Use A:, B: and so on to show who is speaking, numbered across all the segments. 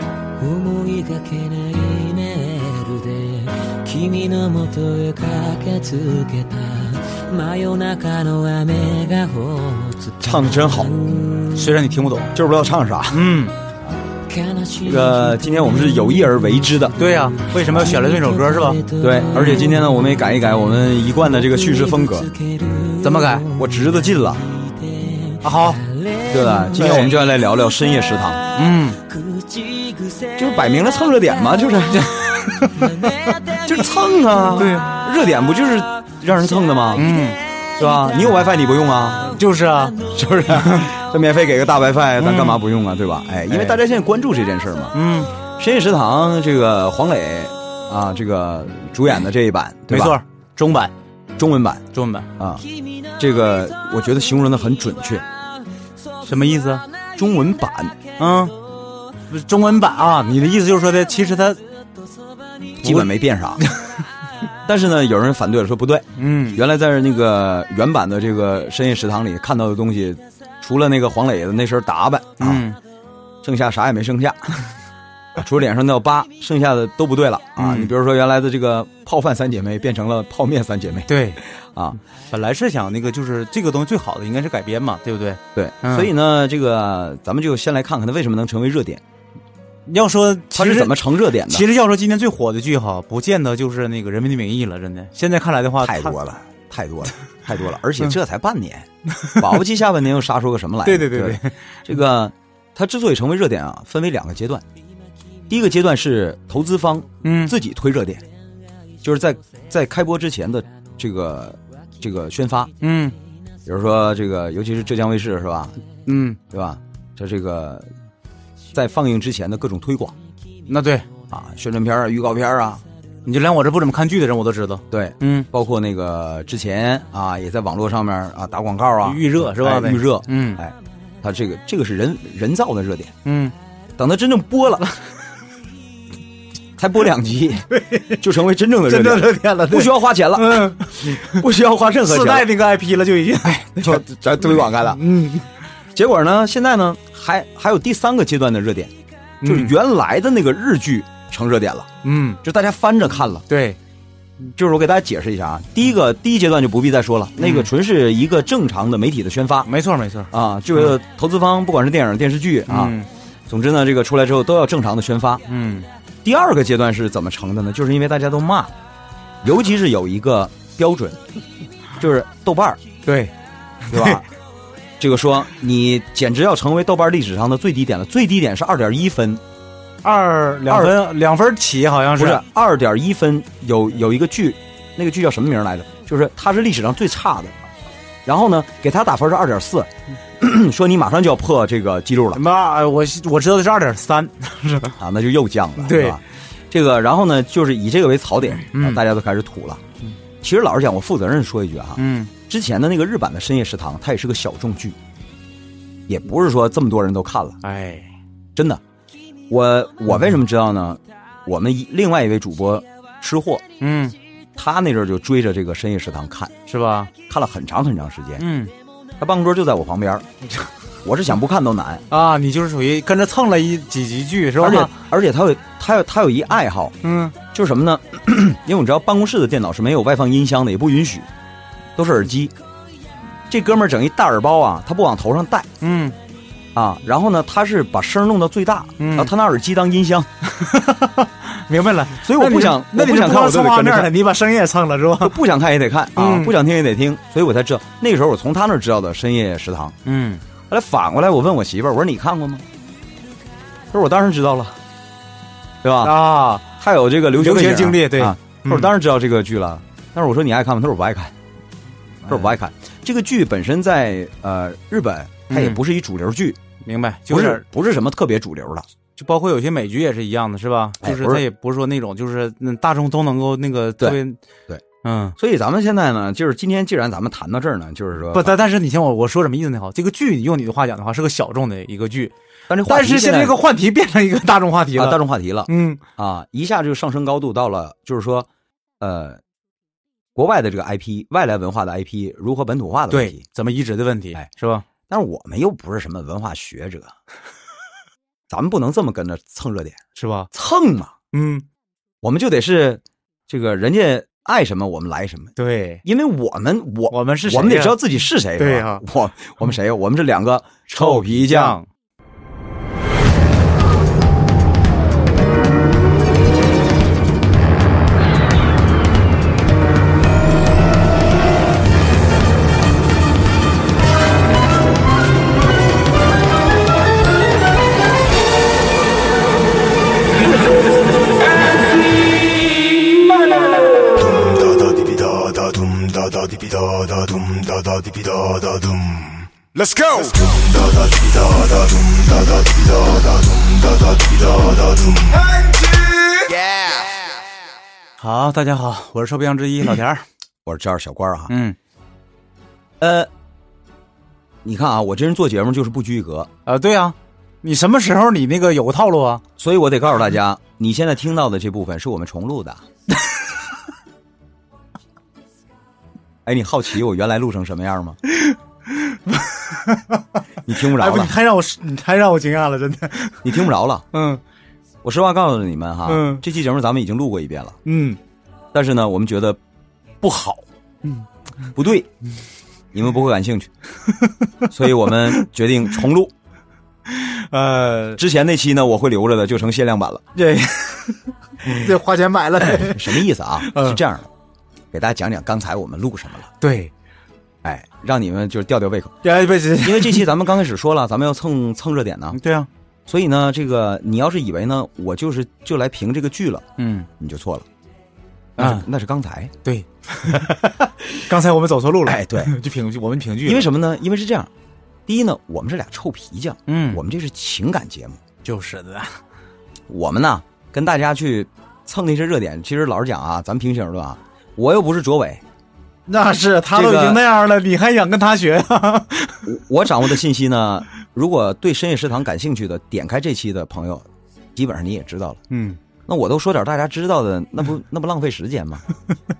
A: 思いがけないメールで君のもとへ駆けつけた真夜中の雨が放つ
B: 唱的真好，虽然你听不懂，就是不知道唱啥。
C: 嗯，
A: 悲し
B: 这
A: い
B: 个今天我们是有意而为之的，
C: 对呀、为什么要选了这首歌是吧？
B: 对，而且今天呢，我们也改一改我们一贯的这个叙事风格。
C: 怎么改？
B: 我侄子进了，
C: 啊好，
B: 对吧？今天我们就要来聊聊深夜食堂，
C: 嗯，
B: 就摆明了蹭热点 嘛，就是 就是蹭啊，
C: 对，
B: 热点不就是让人蹭的吗？嗯，是吧？你有 WiFi 你不用啊？
C: 就是 啊，
B: 是不是？啊 这免费给个大 WiFi，咱干嘛不用啊？对吧？哎，因为大家现在关注这件事儿嘛。
C: 嗯，
B: 深夜食堂这个黄磊啊，这个主演的这一版，对
C: 没
B: 吧
C: 错，中版，
B: 中文版
C: 中文版
B: 啊，这个我觉得形容的很准确，
C: 什么意思？
B: 中文版
C: 嗯，不是中文版啊，你的意思就是说的，其实它，
B: 基本没变 啥。但是呢，有人反对了，说不对，
C: 嗯，
B: 原来在那个原版的这个深夜食堂里看到的东西，除了那个黄磊的那身打扮啊，
C: 嗯，
B: 剩下啥也没剩下， 除了脸上那道疤，剩下的都不对了啊！
C: 嗯
B: 你比如说原来的这个泡饭三姐妹变成了泡面三姐妹
C: 对，
B: 啊，
C: 本来是想那个，就是这个东西最好的应该是改编嘛，对不对？
B: 对，
C: 嗯
B: 所以呢，这个咱们就先来看看它为什么能成为热点，
C: 要说
B: 它
C: 呃其
B: 是
C: 实
B: 怎么成热点的？
C: 其实要说今年最火的剧哈，不见得就是那个《人民的名义》了，真的。现在看来的话，
B: 太
C: 它
B: 多了，太多了，太 多了，而且这才半年，保不齐下半年又杀出个什么来？
C: 嗯对对对对
B: 吧，这个它之所以成为热点啊，分为两个阶段，第一个阶段是投资方
C: 嗯，
B: 自己推热点，就是在在开播之前的这个这个宣发，
C: 嗯
B: 比如说这个，尤其是浙江卫视是吧？
C: 嗯，
B: 对吧？它这个在放映之前的各种推广
C: 那对，
B: 啊，宣传片啊、预告片啊，
C: 你就连我这不怎么看剧的人我都知道。
B: 对，
C: 嗯
B: 包括那个之前啊，也在网络上面啊打广告啊，
C: 预热是吧
B: 哎预热，
C: 嗯
B: 哎，它这个这个是人人造的热点，
C: 嗯，
B: 等它真正播了，才播两 集，就成为真正的热点，
C: 天了
B: 不需要花钱了，
C: 嗯，
B: 不需要花任何
C: 自
B: 钱
C: 带
B: 了，
C: 那个 IP 了就已经。哎，
B: 就 咱推广干了。
C: 嗯，
B: 结果呢，现在呢，还还有第三个阶段的热点，就是
C: 嗯
B: 原来的那个日剧成热点了，
C: 嗯，
B: 就大家翻着看了。
C: 对，
B: 就是我给大家解释一下啊，第一个第一阶段就不必再说了，那个纯是一个正常的媒体的宣发
C: 没错没错
B: 啊，就是投资方不管是电影电视剧啊，
C: 嗯
B: 总之呢，这个出来之后都要正常的宣发。
C: 嗯
B: 第二个阶段是怎么成的呢？就是因为大家都骂，尤其是有一个标准，就是豆瓣儿，
C: 对，
B: 对吧？这个说你简直要成为豆瓣历史上的最低点了，最低点是二点一分，
C: 二两分两分起好像
B: 不
C: 啊是
B: 是二点一分有有一个剧，那个剧叫什么名儿来着？就是它是历史上最差的，然后呢，给他打分是二点四， 说你马上就要破这个记录了
C: 妈，哎我我知道的是二点三。
B: 啊，那就又降了，
C: 对
B: 是吧？这个，然后呢，就是以这个为槽点，
C: 嗯
B: 啊大家都开始吐了。其实老实讲，我负责任说一句啊，
C: 嗯
B: 之前的那个日版的深夜食堂，它也是个小众剧，也不是说这么多人都看了，
C: 哎，
B: 真的。我我为什么知道呢？我们一另外一位主播吃货，
C: 嗯，
B: 他那阵儿就追着这个深夜食堂看，
C: 是吧？
B: 看了很长很长时间。
C: 嗯
B: 他办公桌就在我旁边儿， 我是想不看都难。
C: 啊，你就是属于跟着蹭了一几集剧是吧
B: 而？且而且他有他有他有一爱好，
C: 嗯，
B: 就是什么呢？ 因为我知道办公室的电脑是没有外放音箱的，也不允许，都是耳机。这哥们儿整一大耳包啊，他不往头上戴
C: 嗯，
B: 啊，然后呢，他是把声儿弄到最大，
C: 嗯
B: 然后他拿耳机当音 箱，
C: 明白了。
B: 所以我不想，
C: 那
B: 我
C: 你
B: 不想看，我就
C: 蹭
B: 得
C: 画
B: 跟着
C: 面了，
B: 看，
C: 你把声音也蹭了是吧？
B: 不想看也得看啊，
C: 嗯
B: 不想听也得听，所以我才知道那个时候我从他那儿知道的深夜食堂。
C: 嗯，
B: 后来反过来，我问我媳妇儿，我说你看过吗？她说我当然知道了，对吧？
C: 啊，
B: 还有这个留学
C: 留
B: 背
C: 学
B: 景啊
C: 经历对
B: 啊她
C: 嗯哎
B: 说我当然知道这个剧了。但是我说你爱看吗？她说我不爱看，她说我不爱看。这个剧本身在呃日本，它也
C: 嗯
B: 不是一主流剧，
C: 明白，就
B: 不
C: 是
B: 是不是什么特别主流的。
C: 就包括有些美剧也是一样的，是吧？
B: 哎
C: 就是
B: 不是
C: 它也不是说那种就是嗯大众都能够那个特别
B: 对，
C: 嗯。
B: 所以咱们现在呢，就是今天既然咱们谈到这儿呢，就是说
C: 不，，但但是你听我我说什么意思呢？好，这个剧用你的话讲的话是个小众的一个剧，
B: 但这话
C: 但
B: 题
C: 是
B: 现
C: 现在这个话题变成一个大众话题
B: 啊
C: 了。
B: 大众话题了
C: 嗯
B: 啊，一下就上升高度到了，就是说，呃，国外的这个 IP，外来文化的 IP 如何本土化的问题
C: 对。，怎么移植的问题，
B: 哎
C: 是吧？
B: 但是我们又不是什么文化学者，咱们不能这么跟着蹭热点，
C: 是吧？
B: 蹭嘛，
C: 嗯，
B: 我们就得是这个人家爱什么我们来什么，
C: 对，
B: 因为我们我
C: 我们是谁
B: 我
C: 呀
B: 们得知道自己是谁，
C: 对
B: 是吧
C: 呀
B: 我我们谁呀？我们是两 个臭皮匠。
C: 酱。
D: dum da da di bi da da dum da da di bi da da dum da da di bi da da dum. Let's go. Dum da da di bi da da dum da da di bi da da dum da da di bi da da dum.
C: 好，大家好，我是臭皮匠之一老田儿。
B: 我是这样小官儿哈，
C: 嗯，
B: 呃，你看啊，我这人做节目就是不拘一格，
C: 啊，对啊，你什么时候你那个有个套路啊？
B: 所以我得告诉大家，你现在听到的这部分是我们重录的。 哎，你好奇我原来录成什么样吗？你听不着
C: 哎不，
B: 了
C: 你，太让我失你太让我惊讶了，真的。
B: 你听不着了。
C: 嗯
B: 我实话告诉你们哈，
C: 嗯
B: 这期节目咱们已经录过一遍了，
C: 嗯，
B: 但是呢，我们觉得不好，
C: 嗯
B: 不对，你们不会感兴 趣，所以我们决定重录。
C: 呃，
B: 之前那期呢，我会留着的，就成限量 版了。
C: 这 这花钱买了。
B: 什么意思啊？
C: 嗯
B: 是这样的，给大家讲讲刚才我们录什么了，
C: 对，
B: 哎，让你们就是吊吊胃口。
C: 哎，不是，
B: 因为这期咱们刚开始说了，咱们要蹭蹭热点呢，
C: 对啊，
B: 所以呢，这个你要是以为呢，我就是就来评这个剧了，
C: 嗯，
B: 你就错了。那是、
C: 啊
B: 那是刚才，
C: 对。刚才我们走错路了，
B: 哎对，
C: 就评剧，我们评嗯剧了，
B: 因为什么呢？因为是这样，第一呢，我们是俩臭皮匠，
C: 嗯，
B: 我们这是情感节目，
C: 就是的，
B: 我们呢跟大家去蹭那些热点。其实老实讲啊，咱平心而论啊，我又不是卓伟，
C: 那是他都
B: 这
C: 已
B: 个
C: 经那样了，你还想跟他学？
B: 我掌握的信息呢，如果对深夜食堂感兴趣的，点开这期的朋友，基本上你也知道了。
C: 嗯，
B: 那我都说点大家知道的，那不那不浪费时间吗？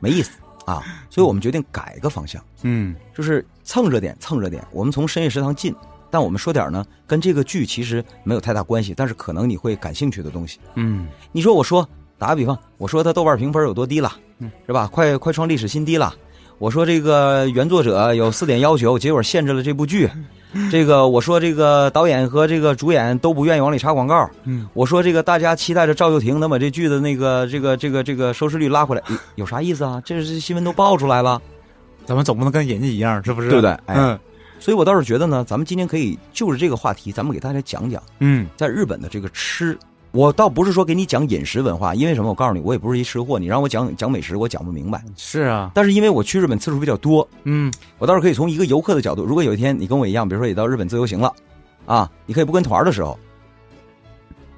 B: 没意思啊！所以我们决定改个方向，
C: 嗯，
B: 就是蹭热点，蹭热点。我们从深夜食堂进，但我们说点呢，跟这个剧其实没有太大关系，但是可能你会感兴趣的东西。
C: 嗯，
B: 你说我说，打个比方，我说他豆瓣评分有多低了，是吧？快快创历史新低了。我说这个原作者有四点要求，结果限制了这部 剧。这个我说这个导演和这个主演都不愿意往里插广告。
C: 嗯，
B: 我说这个大家期待着赵又廷能把这剧的那个这个这个这个收视率拉回来，有有啥意思啊？这是新闻都爆出来了，
C: 咱们总不能跟人家一样，是不是？
B: 对不对？哎，
C: 嗯
B: 所以我倒是觉得呢，咱们今天可以就是这个话题，咱们给大家讲讲。
C: 嗯，
B: 在日本的这个吃，我倒不是说给你讲饮食文化，因为什么？我告诉你，我也不是一吃货，你让我讲讲美食，我讲不明白。
C: 是啊，
B: 但是因为我去日本次数比较多，
C: 嗯
B: 我倒是可以从一个游客的角度，如果有一天你跟我一样，比如说也到日本自由行了，啊，你可以不跟团的时候，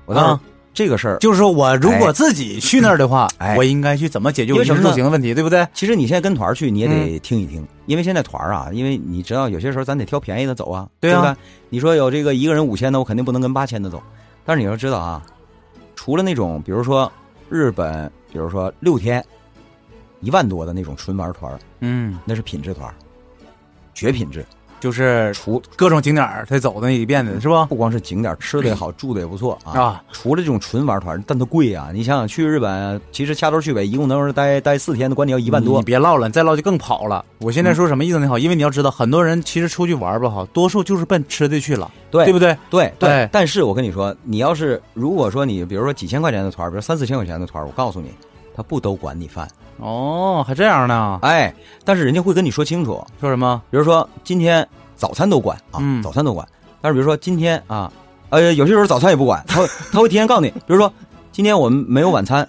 B: 我当时、
C: 啊
B: 这个事儿，
C: 就是说我如果自己去那儿的话，
B: 哎
C: 我应该去怎么解决
B: 因
C: 我
B: 为
C: 衣
B: 什
C: 食
B: 么
C: 住
B: 呢
C: 行的问题，对不对？
B: 其实你现在跟团去，你也
C: 嗯
B: 得听一听，因为现在团啊，因为你知道有些时候咱得挑便宜的走啊，
C: 对啊
B: 不对？你说有这个一个人五千的，我肯定不能跟八千的走。但是你要知道啊，除了那种比如说日本，比如说六天一万多的那种纯玩团，
C: 嗯，
B: 那是品质团，绝品质。
C: 就是
B: 除
C: 各种景点儿他走那一遍的是吧？
B: 不光是景点，吃的也好，住的也不错啊。
C: 啊，
B: 除了这种纯玩团，但它贵啊！你想想去日本，其实掐头去尾，一共能是待待四天的，管你要一
C: 一
B: 万多
C: 你，别唠了，你再唠就更跑了。我现在说什么意思呢？好，因为你要知道，很多人其实出去玩吧，哈，多数就是奔吃的去了，
B: 对
C: 对不对？
B: 对对、
C: 哎
B: 但是我跟你说，你要是如果说你比如说几千块钱的团儿，比如三四千块钱的团儿，我告诉你，他不都管你饭，
C: 哦，还这样呢？
B: 哎，但是人家会跟你说清楚，
C: 说什么？
B: 比如说今天早餐都管啊、
C: 嗯
B: 早餐都管，但是比如说今天啊，呃，有些时候早餐也不管，他会他会提前告诉你，比如说今天我们没有晚餐，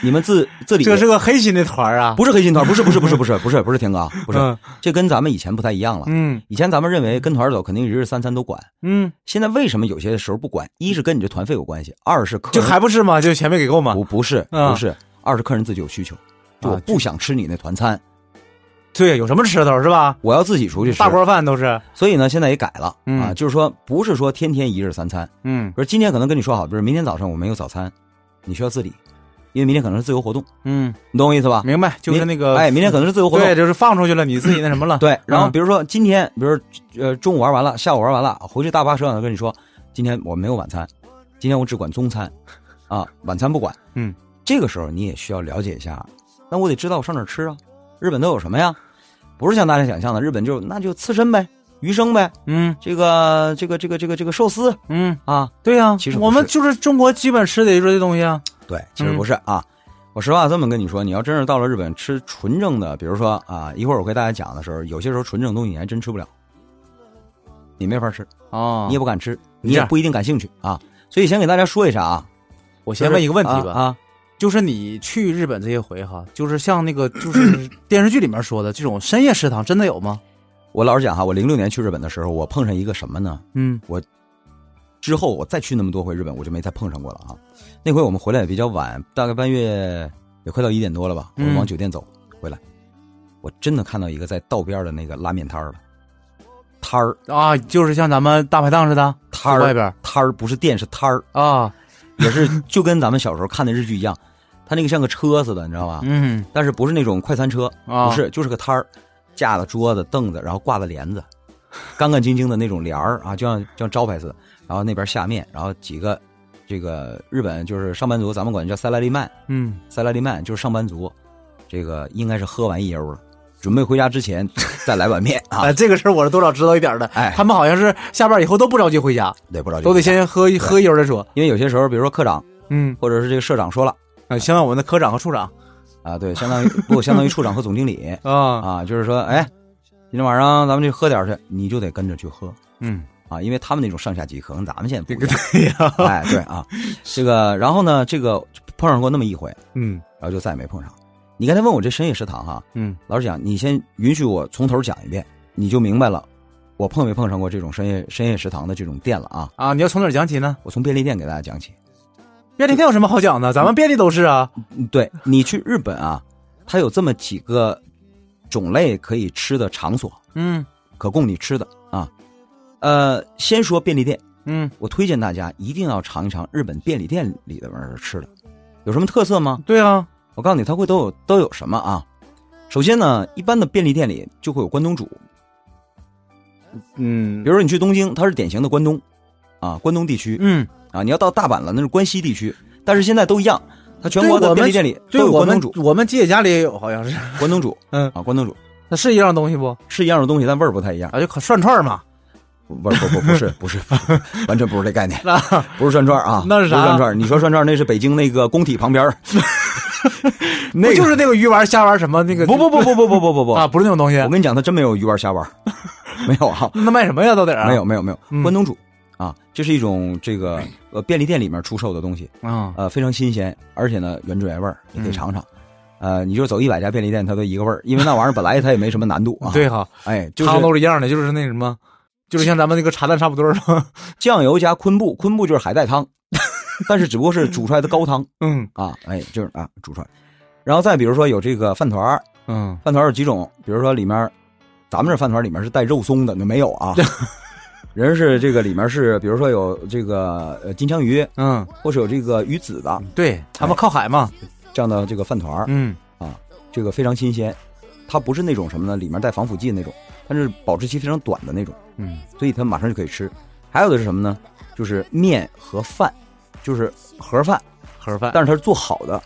B: 你们自自理，
C: 这是个黑心的团儿啊！
B: 不是黑心团？不是不是不 是不是不是不是天哥啊，不是、
C: 嗯
B: 这跟咱们以前不太一样了，
C: 嗯
B: 以前咱们认为跟团儿走肯定一日三餐都管。
C: 嗯，
B: 现在为什么有些时候不管？一是跟你这团费有关系，二是客
C: 就
B: 人
C: 还不是吗？就钱没给够吗？
B: 不不是
C: 啊
B: 不是，二是客人自己有需求，就我
C: 啊
B: 不想吃你那团餐，
C: 对，有什么吃头是吧？
B: 我要自己出去吃
C: 大。锅饭都是，
B: 所以呢，现在也改了
C: 嗯
B: 啊，就是说不是说天天一日三餐，
C: 嗯
B: 比如今天可能跟你说好，比如明天早上我没有早餐，你需要自理，因为明天可能是自由活动，
C: 嗯，
B: 你懂我意思吧？
C: 明白，就是那个，
B: 哎，明天可能是自由活动
C: 对，。就是放出去了，你自己那什么 了，
B: 对，然后
C: 嗯
B: 比如说今天，比如呃中午玩完了，下午玩完了，回去大巴车上跟你说，今天我没有晚餐，今天我只管中餐，啊，晚餐不管。
C: 嗯，
B: 这个时候你也需要了解一下，那我得知道我上哪儿吃啊？日本都有什么呀？不是像大家想象的，日本就那就刺身呗，鱼生呗，
C: 嗯
B: 这个这个这个这个这个寿司
C: 嗯，
B: 啊，
C: 对呀、
B: 其实不是
C: 我们就是中国基本吃的也就是这东西啊。
B: 对，其实不是啊。我实话这么跟你说，你要真是到了日本吃纯正的，比如说啊，一会儿我给大家讲的时候，有些时候纯正东西你还真吃不了，你没法吃，
C: 哦
B: 你也不敢吃，
C: 你
B: 你
C: 这
B: 也
C: 样
B: 不一定感兴趣啊。所以先给大家说一下啊，
C: 我先问一个问题吧，
B: 啊啊
C: 就是你去日本这些回哈，就是像那个就是电视剧里面说的这种深夜食堂，真的有吗？
B: 我老实讲哈，我零六年去日本的时候，我碰上一个什么呢？
C: 嗯
B: 之后我再去那么多回日本，我就没再碰上过了啊。那回我们回来也比较晚，大概半夜也快到一点多了吧，我
C: 嗯
B: 们往酒店走、回来，我真的看到一个在道边的那个拉面摊儿了，摊儿
C: 啊，就是像咱们大排档似的，
B: 摊儿
C: 外边
B: 摊儿不是店是 摊儿，
C: 啊，
B: 也是就跟咱们小时候看的日剧一样，它那个像个车似的，你知道吧？
C: 嗯
B: 但是不是那种快餐车，
C: 啊，
B: 不是，就是个摊儿，架的桌子、凳子，然后挂的帘子，干干净净的那种帘儿啊，就像就像招牌似的。然后那边下面，然后几个这个日本就是上班族，咱们管叫塞拉利曼，
C: 嗯，
B: 塞拉利曼就是上班族，这个应该是喝完一悠了，准备回家之前再来碗面啊
C: 哎，。这个事儿我是多少知道一点的。
B: 哎
C: 他们好像是下班以后都不着急回家，
B: 对，不知道
C: 都得
B: 这个，
C: 先喝一喝一悠再说。
B: 因为有些时候，比如说科长
C: 嗯，
B: 或者是这个社长说了
C: 啊，相当于我们的科长和处长
B: 啊，对，相当于不相当于处长和总经理
C: 啊，
B: 啊，就是说，哎，今天晚上咱们去喝点儿去，你就得跟着去喝。
C: 嗯，
B: 啊，因为他们那种上下级可能咱们现在不一样。
C: 对呀，
B: 哎，对啊， 这个，然后呢，这个碰上过那么一回，
C: 嗯
B: 然后就再也没碰上。你刚才问我这深夜食堂哈，
C: 嗯
B: 老实讲，你先允许我从头讲一遍，你就明白了，我碰没碰上过这种深夜深夜食堂的这种店了啊？
C: 啊，你要从哪儿讲起呢？
B: 我从便利店给大家讲起。
C: 便利店有什么好讲的？咱们便利都是啊，
B: 嗯对你去日本啊，它有这么几个种类可以吃的场所，
C: 嗯
B: 可供你吃的啊。呃，先说便利店，
C: 嗯，
B: 我推荐大家一定要尝一尝日本便利店里的玩意儿吃的，有什么特色吗？
C: 对啊，
B: 我告诉你，它会都有都有什么啊？首先呢，一般的便利店里就会有关东煮，
C: 嗯
B: 比如说你去东京，它是典型的关东，啊，关东地区
C: 嗯，
B: 啊，你要到大阪了，那是关西地区，但是现在都一样，它全
C: 对
B: 国的
C: 我们
B: 便利店里都
C: 对
B: 有
C: 我
B: 关
C: 们
B: 东煮，
C: 我们姐姐家里也有，好像是，
B: 关东煮，
C: 嗯
B: 啊，关东煮
C: 那是一样东西不？
B: 是一样的东西，但味儿不太一样，
C: 啊，就可涮串儿嘛，
B: 不不不不是不是，不 是完全不是这概念，不是涮串儿啊，
C: 那是啥
B: 不涮串儿，你说涮串儿那是北京那个工体旁边 儿，那
C: 不
B: 个
C: 就是那个鱼丸、虾丸什么那个？
B: 不不不不不不不不不
C: 啊，不是那种东西
B: 我，跟你讲，它真没有鱼丸虾 丸，没有啊，
C: 那卖什么呀？到底
B: 没有没有没有
C: 嗯，
B: 关东煮啊，这是一种这个呃便利店里面出售的东西，
C: 啊，，
B: 呃非常新鲜，而且呢原汁原味儿，你可以尝尝。呃，你就走一百家便利店，它都一个味儿，因为那玩意儿本来它也没什么难度啊。
C: 对哈，
B: 哎，就
C: 汤
B: 是
C: 都是一样的，就是那什么，就是像咱们那个茶蛋差不多嘛。
B: 酱油加昆布，昆布就是海带汤， 但是只不过是煮出来的高汤
C: 嗯
B: 啊，哎，就是啊煮出来。然后再比如说有这个饭团儿，
C: 嗯，
B: 饭团有几种，比如说里面，咱们这饭团里面是带肉松的，那没有 啊。人是这个里面是，比如说有这个呃金枪鱼，
C: 嗯，
B: 或是有这个鱼子的
C: 对他们靠海嘛，
B: 这样的这个饭团儿，
C: 嗯
B: 这个非常新鲜。它不是那种什么呢，里面带防腐剂那种，但是保质期非常短的那种，
C: 嗯
B: 所以它马上就可以吃。还有的是什么呢？就是面和饭，就是盒饭，
C: 盒饭，
B: 但是它是做好的，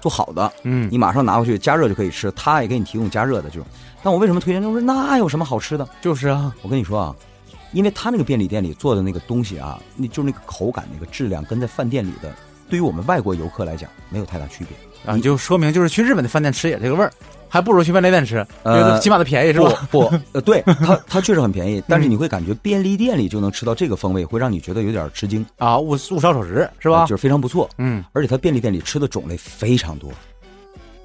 B: 做好的，
C: 嗯
B: 你马上拿回去加热就可以吃。它也给你提供加热的这种。但我为什么推荐？就是那有什么好吃的？
C: 就是啊，
B: 我跟你说啊，因为他那个便利店里做的那个东西啊，那就是那个口感、那个质量，跟在饭店里的，对于我们外国游客来讲没有太大区别。
C: 啊，你就说明就是去日本的饭店吃也这个味儿，还不如去便利店吃，因为它
B: 呃
C: 起码它便宜是吧？嗯
B: 不不，呃， 对它它确实很便宜，但是你会感觉便利店里就能吃到这个风味，会让你觉得有点吃惊，
C: 啊，物物超所值是
B: 是
C: 吧
B: 就？是非常不错，
C: 嗯，
B: 而且它便利店里吃的种类非常多，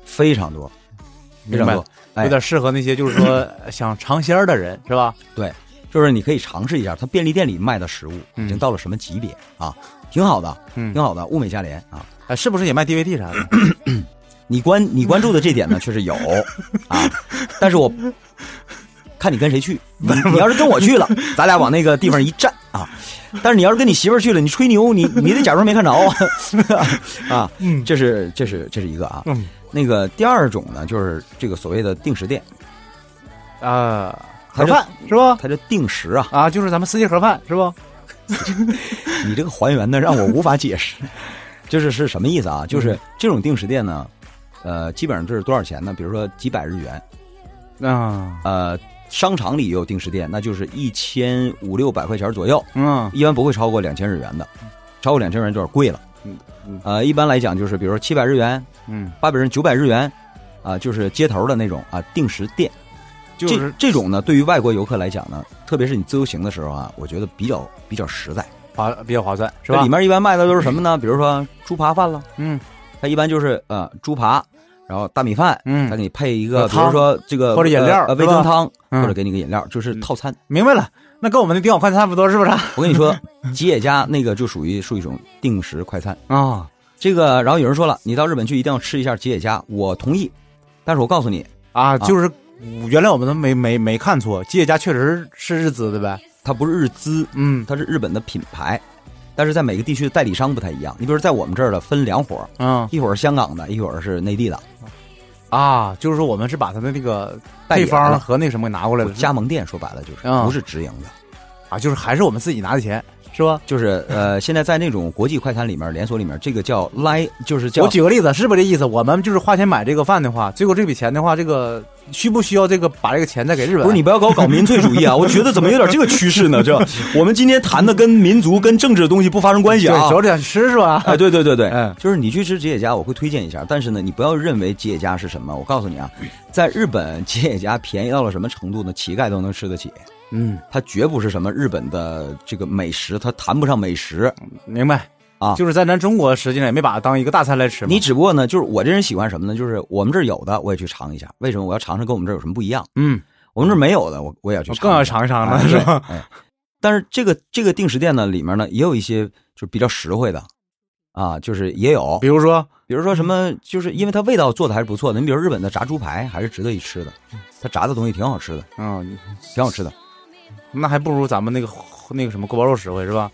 B: 非常多，非
C: 明
B: 常
C: 白
B: 多
C: 了。，
B: 哎
C: 有点适合那些就是说想尝鲜儿的人是吧？
B: 对，就是你可以尝试一下，它便利店里卖的食物已经
C: 嗯
B: 到了什么级别啊？挺好的，
C: 嗯
B: 挺好的，物美价廉啊。
C: 啊，是不是也卖 DVD 啥 的？
B: 你关你关注的这点 呢，确实有啊，但是我看你跟谁去，你你要是跟我去 了，咱俩往那个地方一站啊，但是你要是跟你媳妇儿去了，你吹牛，你你得假装没 看着啊啊，
C: 嗯
B: 这是这是这是一个啊，
C: 嗯
B: 那个第二种呢，就是这个所谓的定时店，
C: 啊，
B: 它
C: 盒
B: 就
C: 饭是吧？
B: 它叫定时啊，
C: 啊，就是咱们司机盒饭是吧？
B: 你这个还原呢，让我无法解 释。就是是什么意思啊？
C: 嗯
B: 就是这种定时店呢，呃，基本上这是多少钱呢？比如说几百日元，
C: 啊，
B: 呃，商场里也有定时店，那就是一千五六百块钱左右。
C: 嗯
B: 一般不会超过两千日元的，超过两千日元有点贵了
C: 嗯嗯。
B: 呃，一般来讲就是比如说七百日元、
C: 嗯，
B: 八百日元、九百日元，啊、就是街头的那种啊、定时店。
C: 就是
B: 这这种呢，对于外国游客来讲呢，特别是你自由行的时候啊，我觉得比较比较实在，
C: 划比较划算，是
B: 这
C: 吧
B: 里？面一般卖的都是什么呢？比如说猪扒饭了，
C: 嗯
B: 它一般就是呃猪扒，然后大米饭，它
C: 嗯，
B: 给你配一个，
C: 有
B: 比
C: 汤
B: 如说这个
C: 或者饮料
B: 呃呃味
C: 是吧
B: 增汤，
C: 嗯
B: 或者给你个饮料，就是
C: 嗯
B: 套餐。
C: 明白了，那跟我们的订好快餐差不多，是不是？
B: 我跟你说，吉野家那个就属于属于一种定时快餐。
C: 啊，
B: 这个，然后有人说了，你到日本去一定要吃一下吉野家，我同意。但是我告诉你，
C: 啊，就是原来我们都没没没看错，吉野家确实是日资的呗。
B: 它不是日资，
C: 嗯
B: 它是日本的品牌，但是在每个地区的代理商不太一样。你比如在我们这儿的分两伙儿，
C: 嗯
B: 一会儿是香港的，一会儿是内地的
C: 啊，就是说我们是把他的那个
B: 代
C: 配
B: 理
C: 方
B: 了
C: 和那什么给拿过来了，
B: 加盟店，说白了就是
C: 啊
B: 不是直营的，
C: 啊，就是还是我们自己拿的钱，是吧？
B: 就是呃，现在在那种国际快餐里面连锁里面，这个叫 li，就是叫
C: 我举个例子，是不是这意思？我们就是花钱买这个饭的话，最后这笔钱的话，这个需不需要这个把这个钱再给日本？
B: 不是你不要搞搞民粹主 义啊！我觉得怎么有点这个趋势呢？ 这我们今天谈的跟民族跟政治的东西不发生关系
C: 对，
B: 啊
C: 手。里想吃是吧？
B: 哎，对对对对，
C: 嗯
B: 就是你去吃吉野家，我会推荐一下。但是呢，你不要认为吉野家是什么。我告诉你啊，在日本吉野家便宜到了什么程度呢？乞丐都能吃得起，
C: 嗯，
B: 它绝不是什么日本的这个美食，它谈不上美食。
C: 明白
B: 啊
C: 就是在咱中国实际上也没把它当一个大餐来吃嘛。
B: 你只不过呢，就是我这人喜欢什么呢？就是我们这儿有的我也去尝一下。为什么我要尝尝跟我们这儿有什么不一样？
C: 嗯，
B: 我们这儿没有的，我我也要去
C: 我
B: 尝一下。
C: 更要尝一尝
B: 哎
C: 啊了，是吧？？
B: 对哎，但是这个这个定时店呢，里面呢也有一些就是比较实惠的。啊，就是也有
C: 比，如说，
B: 比如说什么，就是因为它味道做的还是不错的。你比如日本的炸猪排还是值得一吃的，它炸的东西挺好吃的，
C: 嗯，
B: 挺好吃的，
C: 那还不如咱们那个那个什么锅包肉实惠是吧？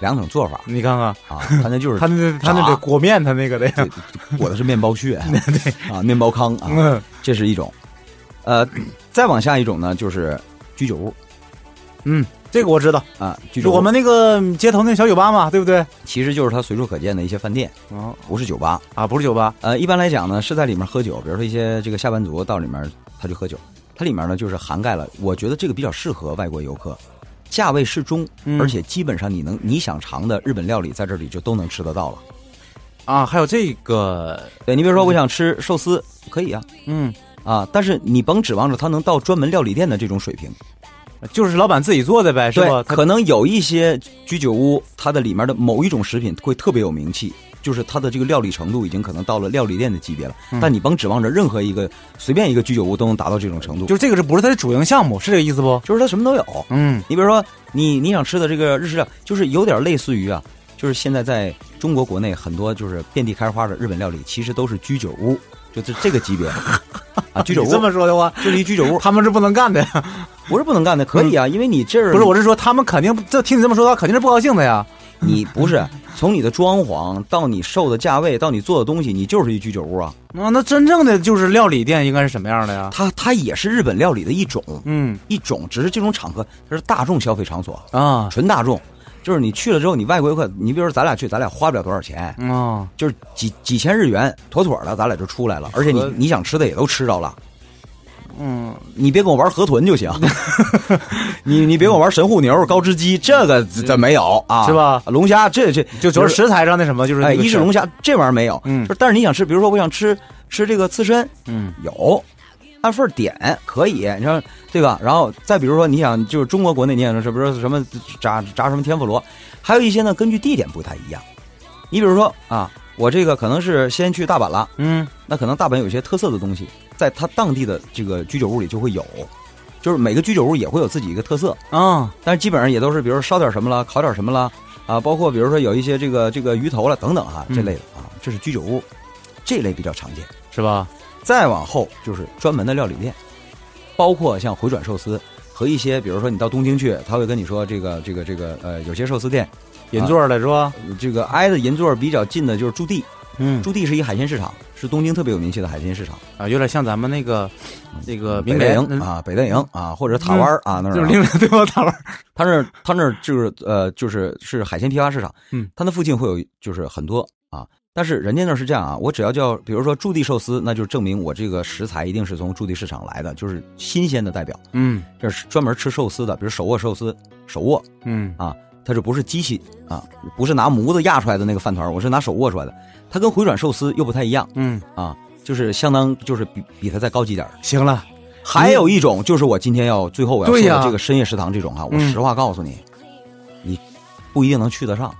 B: 两种做法
C: 你看看
B: 啊。它那就是
C: 他那他那
B: 炸
C: 得裹面，他那个得，
B: 裹的是面包屑，对啊，面包糠啊，
C: 嗯
B: 这是一种。呃，再往下一种呢，就是居酒屋
C: 嗯，这个我知道，
B: 啊，居
C: 就
B: 酒屋
C: 我们那个街头那小酒吧嘛，对不对？
B: 其实就是它随处可见的一些饭店，
C: 哦
B: 不是酒吧。
C: 啊，不是酒吧，
B: 呃，一般来讲呢，是在里面喝酒，比如说一些这个下班族到里面他就喝酒，它里面呢就是涵盖了，我觉得这个比较适合外国游客，价位适中，
C: 嗯
B: 而且基本上你能你想尝的日本料理在这里就都能吃得到了。
C: 啊，还有这个，
B: 对你比如说我想吃寿司，可以啊
C: 嗯，
B: 啊，但是你甭指望着它能到专门料理店的这种水平，
C: 就是老板自己做的呗，是
B: 对
C: 吧？，他
B: 可能有一些居酒屋，它的里面的某一种食品会特别有名气。就是它的这个料理程度已经可能到了料理店的级别了，
C: 嗯
B: 但你甭指望着任何一个随便一个居酒屋都能达到这种程度。
C: 就是这个是不是他的主营项目？是这个意思不？
B: 就是它什么都有。
C: 嗯
B: 你比如说你你想吃的这个日式料，就是有点类似于啊，就是现在在中国国内很多就是遍地开花的日本料理，其实都是居酒屋，就这这个级别啊，居酒
C: 你这
B: 屋
C: 么说的话，
B: 就是一居酒屋，
C: 他们是不能干的。
B: 不是不能干的，可以啊，因为你这儿
C: 不是，我是说他们肯定这听你这么说，他肯定是不高兴的呀。
B: 你不是从你的装潢到你售的价位到你做的东西，你就是一居酒屋啊，
C: 啊，那真正的就是料理店应该是什么样的呀？
B: 它它也是日本料理的一种
C: 嗯
B: 一种，只是这种场合它是大众消费场所，
C: 啊
B: 纯大众。就是你去了之后，你外国游客，你比如说咱俩去，咱俩花不了多少钱，
C: 啊，
B: 就是几几千日元，妥妥的，咱俩就出来了。而且你
C: 合
B: 你想吃的也都吃着了，
C: 嗯，
B: 你别跟我玩河豚就行。 你你别跟我玩神户牛、高知鸡，这个这没有啊，
C: 是吧
B: 龙虾这这
C: 就主要
B: 是
C: 食材上那什么，就是
B: 哎，
C: 那个
B: 一是
C: 事儿
B: 龙虾这玩意儿没有，
C: 嗯
B: 就是但是你想吃，比如说我想吃吃这个刺身，
C: 嗯，
B: 有。按份儿点可以，你说对吧？然后再比如说，你想就是中国国内，你想是不是什么炸炸什么天妇罗，还有一些呢，根据地点不太一样。你比如说啊，我这个可能是先去大阪了，
C: 嗯
B: 那可能大阪有一些特色的东西，在它当地的这个居酒屋里就会有，就是每个居酒屋也会有自己一个特色，
C: 啊
B: 但是基本上也都是比如烧点什么了，烤点什么了，啊，包括比如说有一些这个这个鱼头了等等哈、
C: 嗯
B: 这类的啊，这是居酒屋，这类比较常见。
C: 是吧？
B: 再往后就是专门的料理店，包括像回转寿司和一些比如说你到东京去，他会跟你说这个这个这个呃，有些寿司店
C: 银座的是吧？
B: 这个挨着银座比较近的就是驻地，
C: 嗯
B: 驻地是一海鲜市场，是东京特别有名气的海鲜市场，
C: 啊，有点像咱们那个那个
B: 北
C: 呃明
B: 戴
C: 联
B: 营，啊，北戴营啊，或者塔湾啊那
C: 嗯
B: 儿
C: 就是
B: 啊，
C: 另外对吧？大碗
B: 他那儿他那儿就是呃就是是海鲜批发市场，
C: 嗯，
B: 他那附近会有就是很多啊，但是人家那儿是这样啊，我只要叫比如说驻地寿司，那就证明我这个食材一定是从驻地市场来的，就是新鲜的代表，
C: 嗯
B: 这是专门吃寿司的，比如手握寿司，手握
C: 嗯
B: 啊，它就不是机器啊，不是拿模子压出来的那个饭团，我是拿手握出来的。它跟回转寿司又不太一样
C: 嗯，
B: 啊，就是相当就是比比它再高级点儿。
C: 行了，
B: 还有一种就是我今天要最后我要
C: 对
B: 说
C: 呀
B: 的这个深夜食堂这种哈、啊我
C: 嗯
B: 实话告诉你，你不一定能去得上。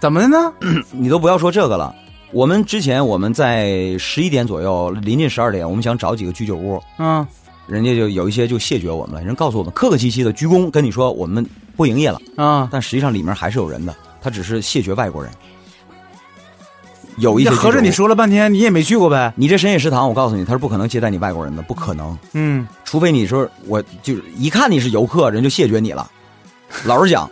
C: 怎么的呢？
B: 你都不要说这个了。我们之前我们在十一点左右，临近十二点，我们想找几个居酒屋，
C: 嗯
B: 人家就有一些就谢绝我们了，人告诉我们客客气气的鞠躬跟你说我们不营业了。
C: 啊，
B: 但实际上里面还是有人的，他只是谢绝外国人。有一些
C: 那合着你
B: 这种，
C: 说了半天，你也没去过呗？
B: 你这深夜食堂，我告诉你，他是不可能接待你外国人的，不可能，
C: 嗯，
B: 除非你说我就是一看你是游客，人就谢绝你了。老实讲，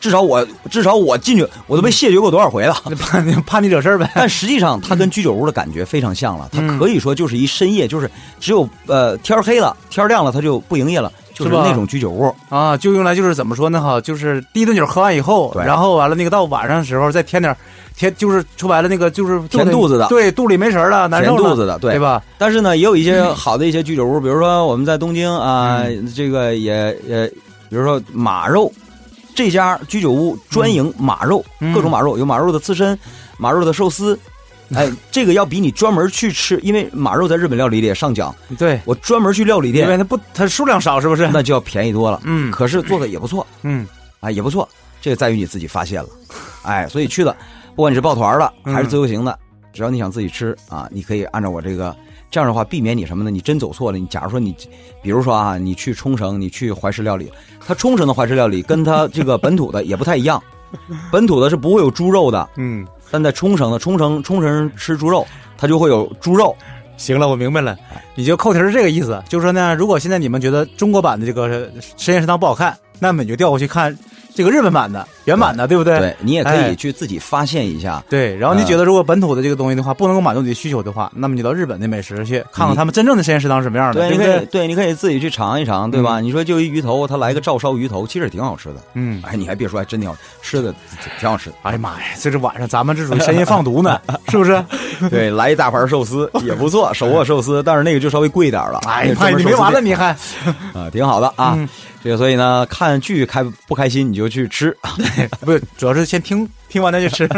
B: 至少我至少我进去，我都被谢绝过多少回 了。
C: 那怕你怕你惹事儿呗？
B: 但实际上，它跟居酒屋的感觉非常像了。它
C: 嗯
B: 可以说就是一深夜，就是只有呃天儿黑了，天儿亮了，它就不营业了，就是
C: 是吧
B: 那种居酒屋。
C: 啊，就用来就是怎么说呢？哈，就是第一顿酒喝完以后，
B: 对
C: 然后完了那个到晚上的时候再添点儿添，就是说白了那个就是
B: 填
C: 里
B: 肚子的
C: 对，肚里没食儿了，难受
B: 填肚
C: 了
B: 子的对
C: 对吧？
B: 但是呢，也有一些好的一些居酒屋，比如说我们在东京啊，
C: 嗯
B: 这个也也，比如说马肉，这家居酒屋专营马肉，
C: 嗯
B: 各种马肉，有马肉的刺身，马肉的寿 司。哎，这个要比你专门去吃，因为马肉在日本料理里也上讲，
C: 对，
B: 我专门去料理
C: 因为
B: 店，
C: 它不它数量少，是不是？
B: 那就要便宜多了。
C: 嗯
B: 可是做的也不错，
C: 嗯
B: 啊，也不错，这个在于你自己发现了，哎，所以去的，不管你是抱团的还是自由行的，只要你想自己吃啊，你可以按照我这个，这样的话避免你什么呢？你真走错了，你假如说你，比如说啊，你去冲绳，你去怀石料理，它冲绳的怀石料理跟它这个本土的也不太一样，本土的是不会有猪肉的，
C: 嗯，
B: 但在冲绳的冲绳冲绳人吃猪肉，它就会有猪肉，
C: 行了，我明白了，
B: 哎
C: 你就扣题儿是这个意思，就是说呢，如果现在你们觉得中国版的这个深夜食堂不好看，那么你就调过去看这个日本版的原版的，对不对？
B: 对你也可
C: 哎
B: 以去自己发现一下。
C: 对，然后你
B: 嗯
C: 觉得如果本土的这个东西的话，不能够满足你的需求的话，那么你到日本的美食去看看他们真正的深夜食堂是什么样
B: 嗯
C: 的，
B: 对，你
C: 对不
B: 可以嗯
C: 对？
B: 对，你可以自己去尝一尝，对吧？你说就一鱼头，它来个照烧鱼头，其实也挺好吃的。
C: 嗯，
B: 哎，你还别说，还真挺好吃的，挺好吃的。
C: 哎呀妈呀，这是晚上咱们这属于深夜放 毒呢，是不是？
B: 对，来一大盘寿司也不错，手握寿司，但是那个就稍微贵点儿了。
C: 哎 呀妈呀，你没完了你还
B: 啊、挺好的啊。
C: 嗯
B: 这个所以呢，看剧开不开心你就去吃。
C: 不是，主要是先听听完再去吃。